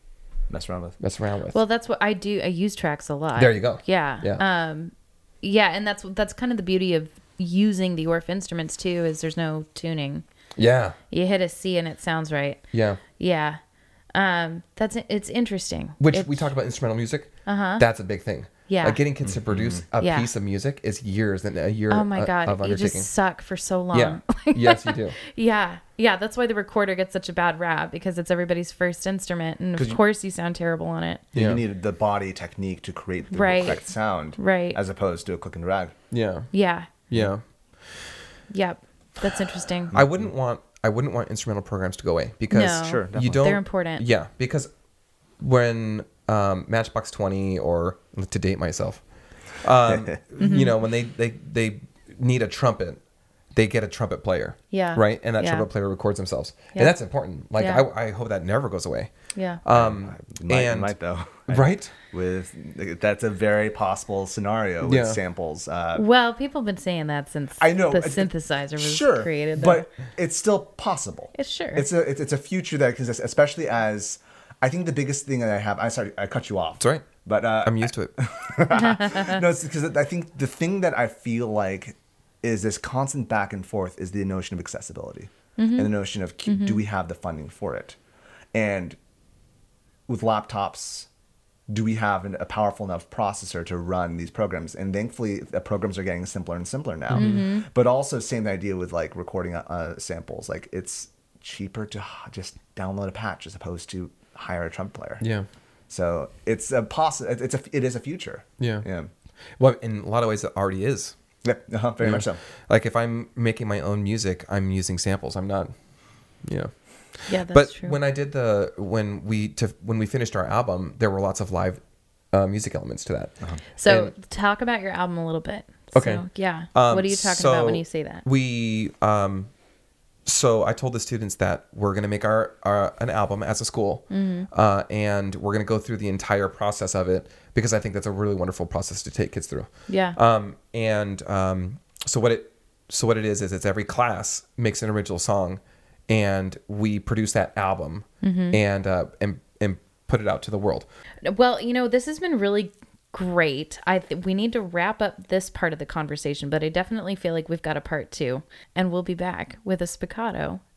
Mess around with.
mess around with
Well, that's what I do. I use tracks a lot.
There you go.
Yeah.
Yeah.
Um, yeah, and that's that's kind of the beauty of using the Orff instruments too. Is there's no tuning.
yeah
You hit a C and it sounds right.
yeah
Yeah. Um, that's it's interesting.
which
It's-
we talk about instrumental music. Uh-huh. That's a big thing.
Yeah.
like getting kids to produce a
Yeah.
piece of music is years and a year.
Oh my
uh, of
god, you
undertaking.
just suck for so long.
yeah, yes, you do.
Yeah, yeah. That's why the recorder gets such a bad rap because it's everybody's first instrument, and of course you sound terrible on it.
Yeah.
You need the body technique to create the
Right.
correct sound,
Right.
As opposed to a click and drag.
Yeah,
Yeah,
yeah.
Mm-hmm. yep. That's interesting.
I wouldn't want I wouldn't want instrumental programs to go away because
No. Sure,
you
definitely.
don't
They're important.
Yeah, because when um, Matchbox Twenty or to date myself, um,
Mm-hmm.
you know when they they they need a trumpet, they get a trumpet player.
Yeah.
right, and that
Yeah.
trumpet player records themselves,
Yeah.
and that's important. Like
Yeah.
I, I hope that never goes away.
yeah,
Um,
It might, it
and
might though,
right?
With that's a very possible scenario with
Yeah.
samples. Uh,
well, people have been saying that since
I know
the
uh,
it's-
synthesizer was
sure,
created. though.
but it's still possible.
It's sure.
It's a it's, it's a future that because especially as I think the biggest thing that I have. I sorry, I cut you off.
That's right.
But uh,
I'm used to it.
no, it's because I think the thing that I feel like is this constant back and forth is the notion of accessibility. and the notion of c- do we have the funding for it? And with laptops, do we have an, a powerful enough processor to run these programs? And thankfully, the programs are getting simpler and simpler now. But also, same idea with like recording uh, samples. Like it's cheaper to h- just download a patch as opposed to hire a trumpet player.
Yeah.
So it's a possi It's a. It is a future.
Yeah.
Yeah.
Well, in a lot of ways, it already is.
Yeah. uh very
you
much
know?
so.
Like if I'm making my own music, I'm using samples. I'm not, you know.
Yeah, that's
but
true.
when I did the when we to when we finished our album, there were lots of live uh, music elements to that.
so
And-
talk about your album a little bit.
Okay.
So, yeah.
Um,
what are you talking
so
about when you say that?
We um, so I told the students that we're gonna make our, our an album as a school,
Mm-hmm.
uh, and we're gonna go through the entire process of it because I think that's a really wonderful process to take kids through.
Yeah.
Um, and um, so what it so what it is is it's every class makes an original song, and we produce that album
Mm-hmm.
and uh, and and put it out to the world.
Well, you know, this has been really great. I th- we need to wrap up this part of the conversation, but I definitely feel like we've got a part 2 and we'll be back with a spiccato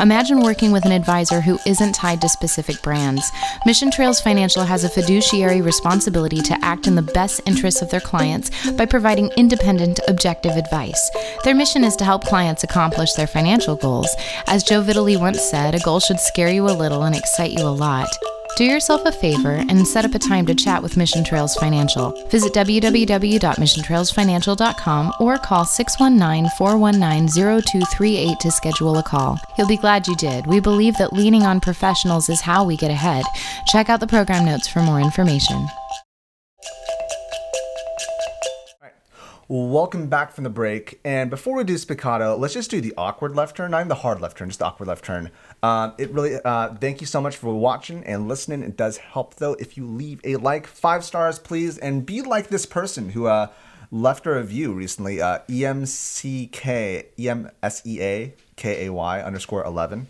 Imagine working with an advisor who isn't tied to specific brands. Mission Trails Financial has a fiduciary responsibility to act in the best interests of their clients by providing independent, objective advice. Their mission is to help clients accomplish their financial goals. As Joe Vitale once said, a goal should scare you a little and excite you a lot. Do yourself a favor and set up a time to chat with Mission Trails Financial. Visit www.missiontrailsfinancial.com or call 619 419 0238 to schedule a call. You'll be glad you did. We believe that leaning on professionals is how we get ahead. Check out the program notes for more information.
Welcome back from the break. And before we do spiccato, let's just do the awkward left turn. I'm the hard left turn, just the awkward left turn. Um, it really, uh, thank you so much for watching and listening. It does help, though, if you leave a like, five stars, please, and be like this person who uh, left a review recently uh, EMCK, E EMSEAKAY underscore 11.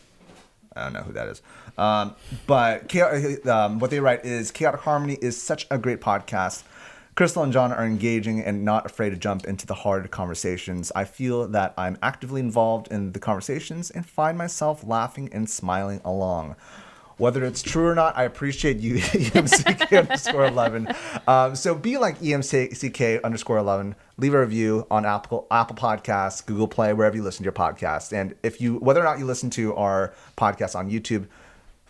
I don't know who that is. Um, but cha- um, what they write is Chaotic Harmony is such a great podcast. Crystal and John are engaging and not afraid to jump into the hard conversations. I feel that I'm actively involved in the conversations and find myself laughing and smiling along. Whether it's true or not, I appreciate you, E EMCK underscore 11. Um, so be like EMCK underscore 11. Leave a review on Apple Apple Podcasts, Google Play, wherever you listen to your podcast. And if you, whether or not you listen to our podcast on YouTube,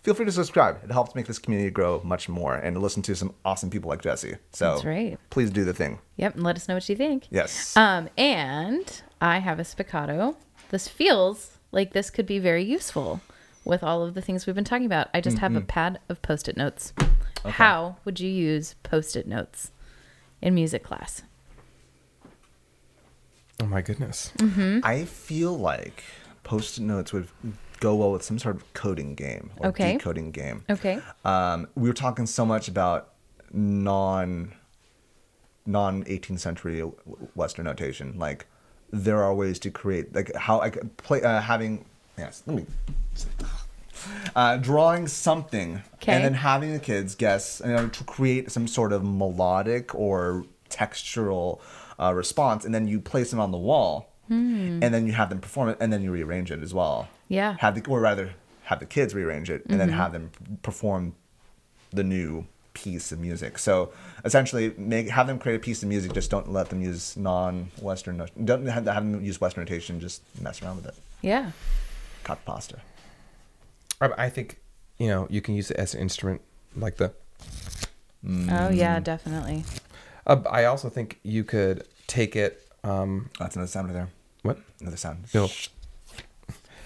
feel free to subscribe. It helps make this community grow much more and listen to some awesome people like Jesse. So
That's right.
please do the thing.
Yep, and let us know what you think.
Yes.
Um and I have a spiccato. This feels like this could be very useful with all of the things we've been talking about. I just have a pad of post-it notes. How would you use post-it notes in music class?
Oh my goodness.
Mm. Um,
I feel like post-it notes would go well with some sort of coding game or
Okay.
decoding game.
Okay.
um, we were talking so much about non non 18th century w- Western notation. Like there are ways to create like how like play uh, having yes let me uh, drawing something
Okay.
and then having the kids guess you know to create some sort of melodic or textural uh, response and then you place them on the wall and then you have them perform it and then you rearrange it as well
Yeah.
have the or rather have the kids rearrange it and then have them perform the new piece of music. So essentially, make have them create a piece of music. Just don't let them use non-Western. not- Don't have, have them use Western notation. Just mess around with it.
Yeah.
Cut pasta.
I, I think you know you can use it as an instrument like the
Oh
Mm.
yeah, definitely.
Uh, I also think you could take it. Um,
Oh, that's another sound right there.
what?
Another sound.
No.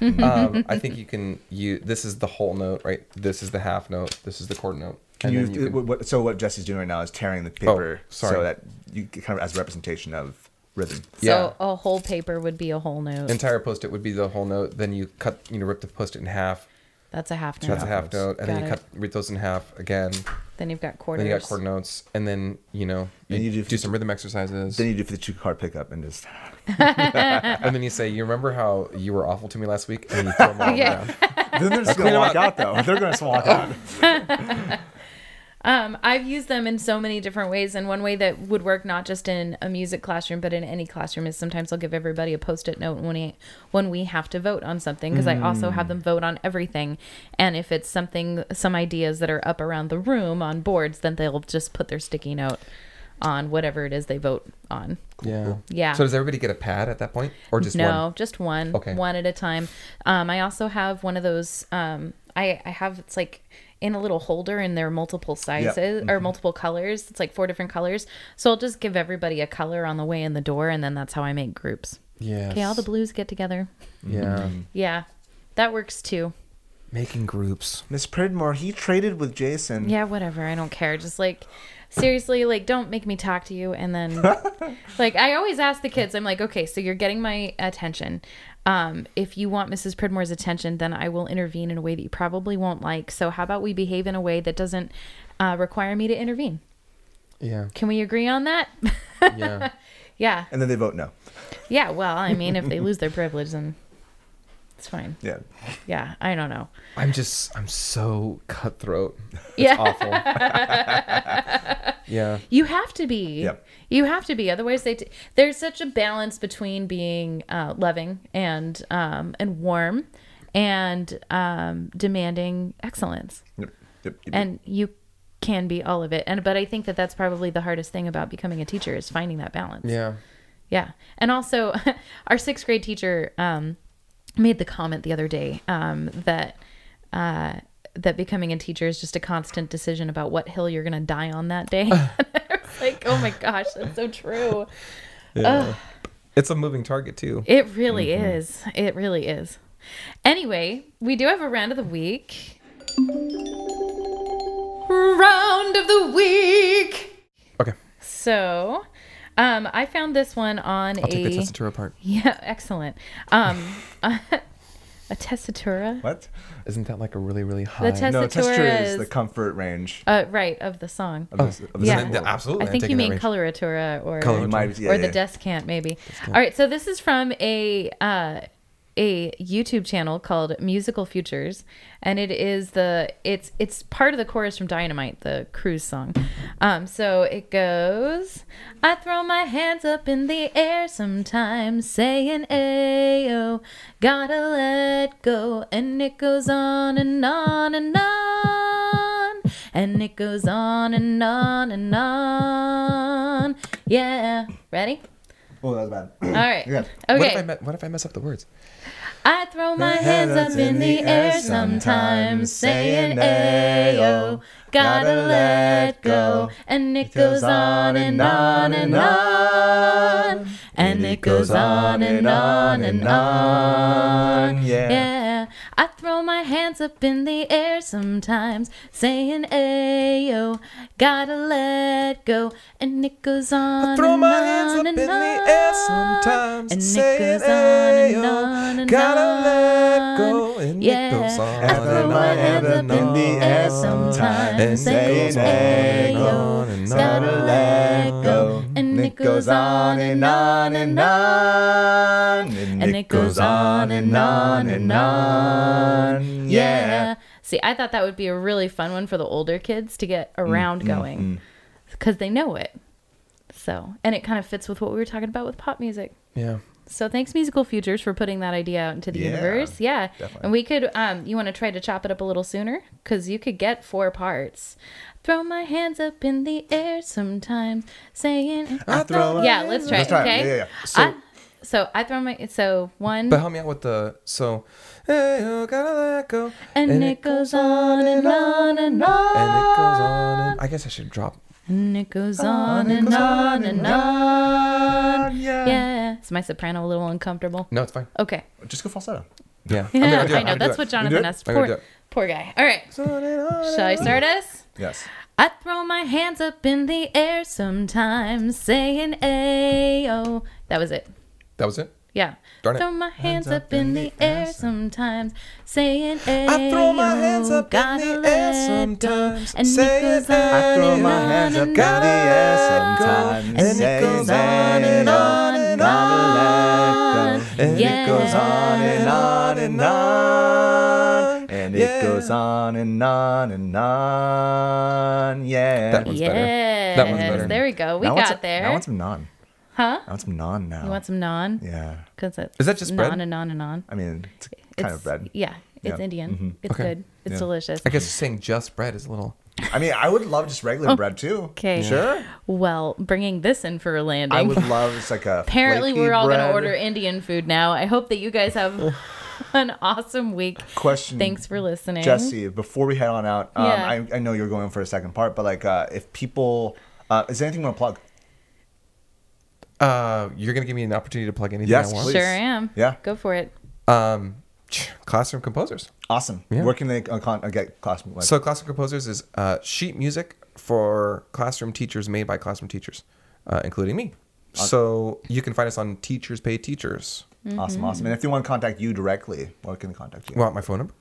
um, I think you can. You this is the whole note, right? This is the half note. This is the chord note. And
Can you, Oh,
then you
what- what, so what Jesse's doing right now is tearing the paper so
sorry.
that you kind of as representation of rhythm.
Yeah.
So a whole paper would be a whole note.
entire post it would be the whole note. Then you cut, you know, rip the post it in half,
That's a half note.
That's a half note, and then
Got
you cut read those in half again.
Then you've got quarters.
Then you got chord notes, and then you know you,
And you
do,
do-
some rhythm exercises,
Then you do for the two card pickup and just
and then you say, "You remember how you were awful to me last week?" And you throw them all
Okay.
around.
then they're just gonna walk out though. They're gonna just walk out.
Um, I've used them in so many different ways, and one way that would work not just in a music classroom, but in any classroom is sometimes I'll give everybody a post-it note when we when we have to vote on something because I also have them vote on everything, and if it's something some ideas that are up around the room on boards, then they'll just put their sticky note on whatever it is they vote on.
Yeah.
Yeah.
So does everybody get a pad at that point, or just
no,
one?
just one.
Okay.
One at a time. Um, I also have one of those. Um, I I have it's like in a little holder, and they're multiple sizes
Mm-hmm.
or multiple colors. It's like four different colors. So I'll just give everybody a color on the way in the door, and then that's how I make groups.
Yeah.
Okay, all the blues get together.
Yeah.
Yeah, that works too.
Making groups.
Miss Pridmore, he traded with Jason.
Yeah, whatever. I don't care. Just like seriously, like don't make me talk to you and then like I always ask the kids, I'm like, "Okay, so you're getting my attention. Um, if you want Mrs. Pridmore's attention, then I will intervene in a way that you probably won't like. So how about we behave in a way that doesn't uh, require me to intervene?
Yeah.
Can we agree on that?
Yeah.
yeah.
And then they vote no.
Yeah, well, I mean, if they lose their privilege then it's fine.
Yeah.
Yeah, I don't know.
I'm just. I'm so cutthroat.
Yeah.
Awful. yeah.
You have to be.
Yep.
You have to be. Otherwise, they t- there's such a balance between being uh, loving and um, and warm and um, demanding excellence,
Yep. Yep. Yep.
and you can be all of it. And but I think that that's probably the hardest thing about becoming a teacher is finding that balance.
Yeah.
Yeah. And also, our sixth grade teacher um, made the comment the other day um, that uh, that becoming a teacher is just a constant decision about what hill you're going to die on that day. I was like, oh my gosh, that's so true.
It's a moving target too.
It really is. It really is. Anyway, we do have a round of the week. Round of the week.
Okay.
So, um, I found this one on
I'll take
a
the tessitura part.
Yeah, excellent. Um, a tessitura.
what?
Isn't that like a really really high?
test-
No,
Tessitura
texture is
is-
the comfort range.
Uh, right of the song.
Of this, of this
yeah.
whole-
Yeah,
I
absolutely. I'm
think you
taking that
mean
range.
coloratura or
Coloratura.
You might- yeah,
or
yeah,
the
yeah.
descant maybe. All right, so this is from a uh, a YouTube channel called Musical Futures, and it is the it's it's part of the chorus from Dynamite, the Cruise song. Um, so it goes, I throw my hands up in the air sometimes, saying "Ayo, gotta let go," and it goes on and on and on. And it goes on and on and on. Yeah. Ready?
Oh, that was bad.
All right.
Yeah.
Okay.
What if I me- what if I mess up the words?
I throw my hands up in the air sometimes, saying, Ayo, gotta let go. And it goes on and on and on. And it goes on and on and on.
Yeah.
Yeah. I throw my hands up in the air sometimes, saying, Ayo, gotta let go. And it goes on
Throw
and
my hands
on
up in
and
the
on.
air sometimes,
And it
saying,
goes on and
"Ayo,
on and
gotta
on.
let go," and it
yeah.
goes on
I throw
and
my
on
hands up in
and
the air
on.
And it
sometimes,
goes
saying,
on and
Ayo,
on and
gotta
on.
let go. And it goes on and on and
on.
And it goes on and on and on. Yeah. See, I thought that would be a really fun one for the older kids to get
Mm,
around going because they know it. So, and it kind of fits with what we were talking about with pop music.
Yeah.
So thanks, Musical Futures, for putting that idea out into the
Yeah,
universe. Yeah,
definitely.
and we could. Um, you want to try to chop it up a little sooner because you could get four parts. Throw my hands up in the air sometimes, saying.
I throw my
yeah, Uh, let's try. it,
Let's try it.
okay.
Yeah, yeah, yeah.
So, I, so I throw my. So one.
But help me out with the so. Hey, oh, gotta let go.
and, it goes on and on and on.
And it goes on. And, I guess I should drop.
And it goes on and on and on. Yeah. Is my soprano a little uncomfortable?
No, it's fine.
Okay.
Just go falsetto.
Yeah. I'm
I
gonna do it.
know.
I'm gonna do
That's
it.
what Jonathan
it?
asked.
I'm gonna
Poor,
do it.
poor guy. All right. Shall I start us?
Yes.
I throw my hands up in the air sometimes, saying "Ayo." That was it.
That was it.
Yeah.
Darn it.
Throw my hands, up in the air sometimes, saying,
I throw my hands
"Ayo,
up in
gotta
the air
let
sometimes,
go." And
saying,
it goes on
"I
Throw
and
my
on
hands up
and
in the
on.
air sometimes.
And it
Say,
goes
say,
on and on and
Never let go.
on.
And it goes on and on and on. And
Yeah.
it goes on and on and on. Yeah.
That one's
Yes.
better. That one's better.
There we go. We
Now I want
got
some-
there.
Now I want some non.
huh?
I want some non now.
You want some non?
Yeah.
Because it's
Is that just
non
bread?
and on and on.
I mean, it's kind of bread.
Yeah, it's
Yeah. Mm-hmm.
Indian. It's
Okay.
good. It's
Yeah.
delicious.
I guess saying just bread is a little.
I mean, I would love just regular bread too.
Oh, Okay.
Sure.
Well, bringing this in for a landing.
I would love just like a.
Apparently,
flaky
we're all going
bread.
to order Indian food now. I hope that you guys have an awesome week.
Question.
Thanks for listening.
Jesse, before we head on out, um,
Yeah.
I, I know you're going for a second part, but like, uh, if people, uh, is there anything you want to plug?
Uh, you're gonna give me an opportunity to plug anything
Yes,
I want.
please.
Sure am.
Yeah.
Go for it.
Um, classroom composers.
Awesome.
Yeah.
Where can they uh, con- uh, get class? Like,
So classroom composers is uh, sheet music for classroom teachers made by classroom teachers, uh, including me. So you can find us on Teachers Pay Teachers.
Mm-hmm.
awesome, awesome. And if they want to contact you directly, where can they contact you?
You want my phone number?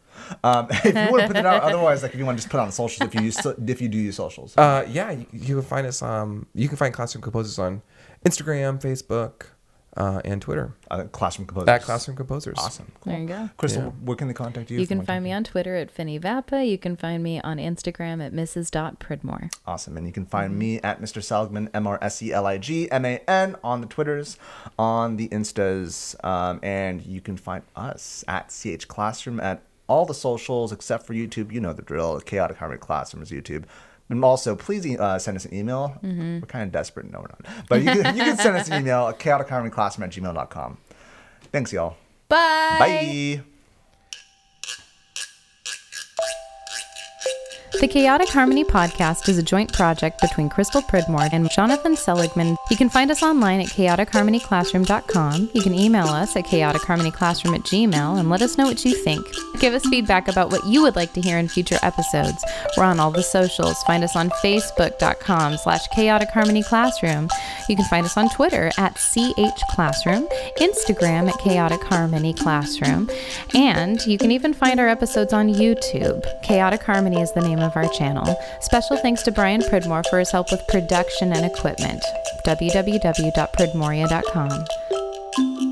um, if you want to put it out, otherwise, like if you want to just put it on socials, if you use, so- if you do use socials,
Uh, yeah, you, you can find us. Um, you can find classroom composers on Instagram, Facebook, uh, and Twitter
uh, classroom composers.
at classroom composers.
Awesome.
There you go.
Crystal,
Yeah.
where can they contact you?
You can find me on Twitter at Finny Vappa. You can find me on Instagram at Mrs.Pridmore.
Awesome. And you can find me at Mr. Seligman, M R S E L I G M A N, on the Twitters, on the Instas. Um, and you can find us at CH Classroom at all the socials except for YouTube. You know the drill. Chaotic Harmony Classroom is YouTube. And also, please e- uh, send us an email.
Mm-hmm.
We're kind of desperate. No, we're not. But you can, you can send us an email at chaoticharmonyclassroom at gmail.com. Thanks, y'all.
Bye.
Bye.
The Chaotic Harmony podcast is a joint project between Crystal Pridmore and Jonathan Seligman. You can find us online at chaoticharmonyclassroom.com. You can email us at chaoticharmonyclassroom at gmail and let us know what you think. Give us feedback about what you would like to hear in future episodes. We're on all the socials. Find us on facebook.com slash chaoticharmonyclassroom. You can find us on Twitter at chclassroom, Instagram at chaotic harmony classroom, and you can even find our episodes on YouTube. Chaotic Harmony is the name of our channel. Special thanks to Brian Pridmore for his help with production and equipment. www.pridmoria.com.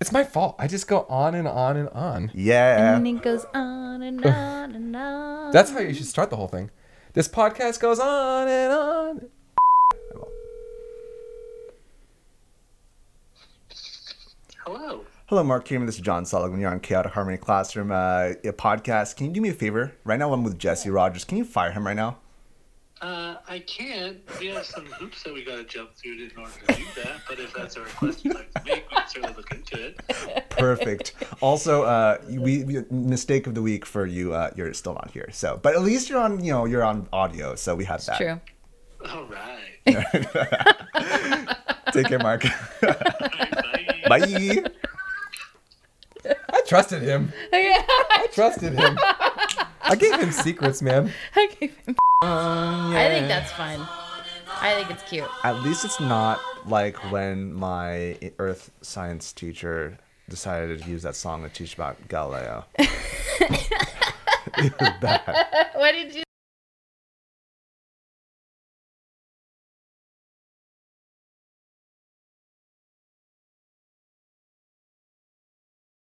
It's my fault. I just go on and on and on.
Yeah.
And it goes on and on and on.
That's how you should start the whole thing. This podcast goes on and on.
Hello.
Hello, Mark Kieran. This is John Seligman. You're on Chaotic Harmony Classroom, uh, a podcast. Can you do me a favor? Right now, I'm with Jesse Rogers. Can you fire him right now?
Uh, I can't. We have some hoops that we got to jump through in order to do that. But if that's a request you'd like to make, we can certainly look into it.
Perfect. also, uh, we, we mistake of the week for you. Uh, you're still not here. So, but at least you're on. You know, you're on audio, so we have that.
true.
All right.
Take care, Mark.
Bye.
Bye.
I trusted him. I trusted him. I gave him secrets, man.
I gave him- I think that's fun. I think it's cute.
At least it's not like when my earth science teacher decided to use that song to teach about Galileo.
What did you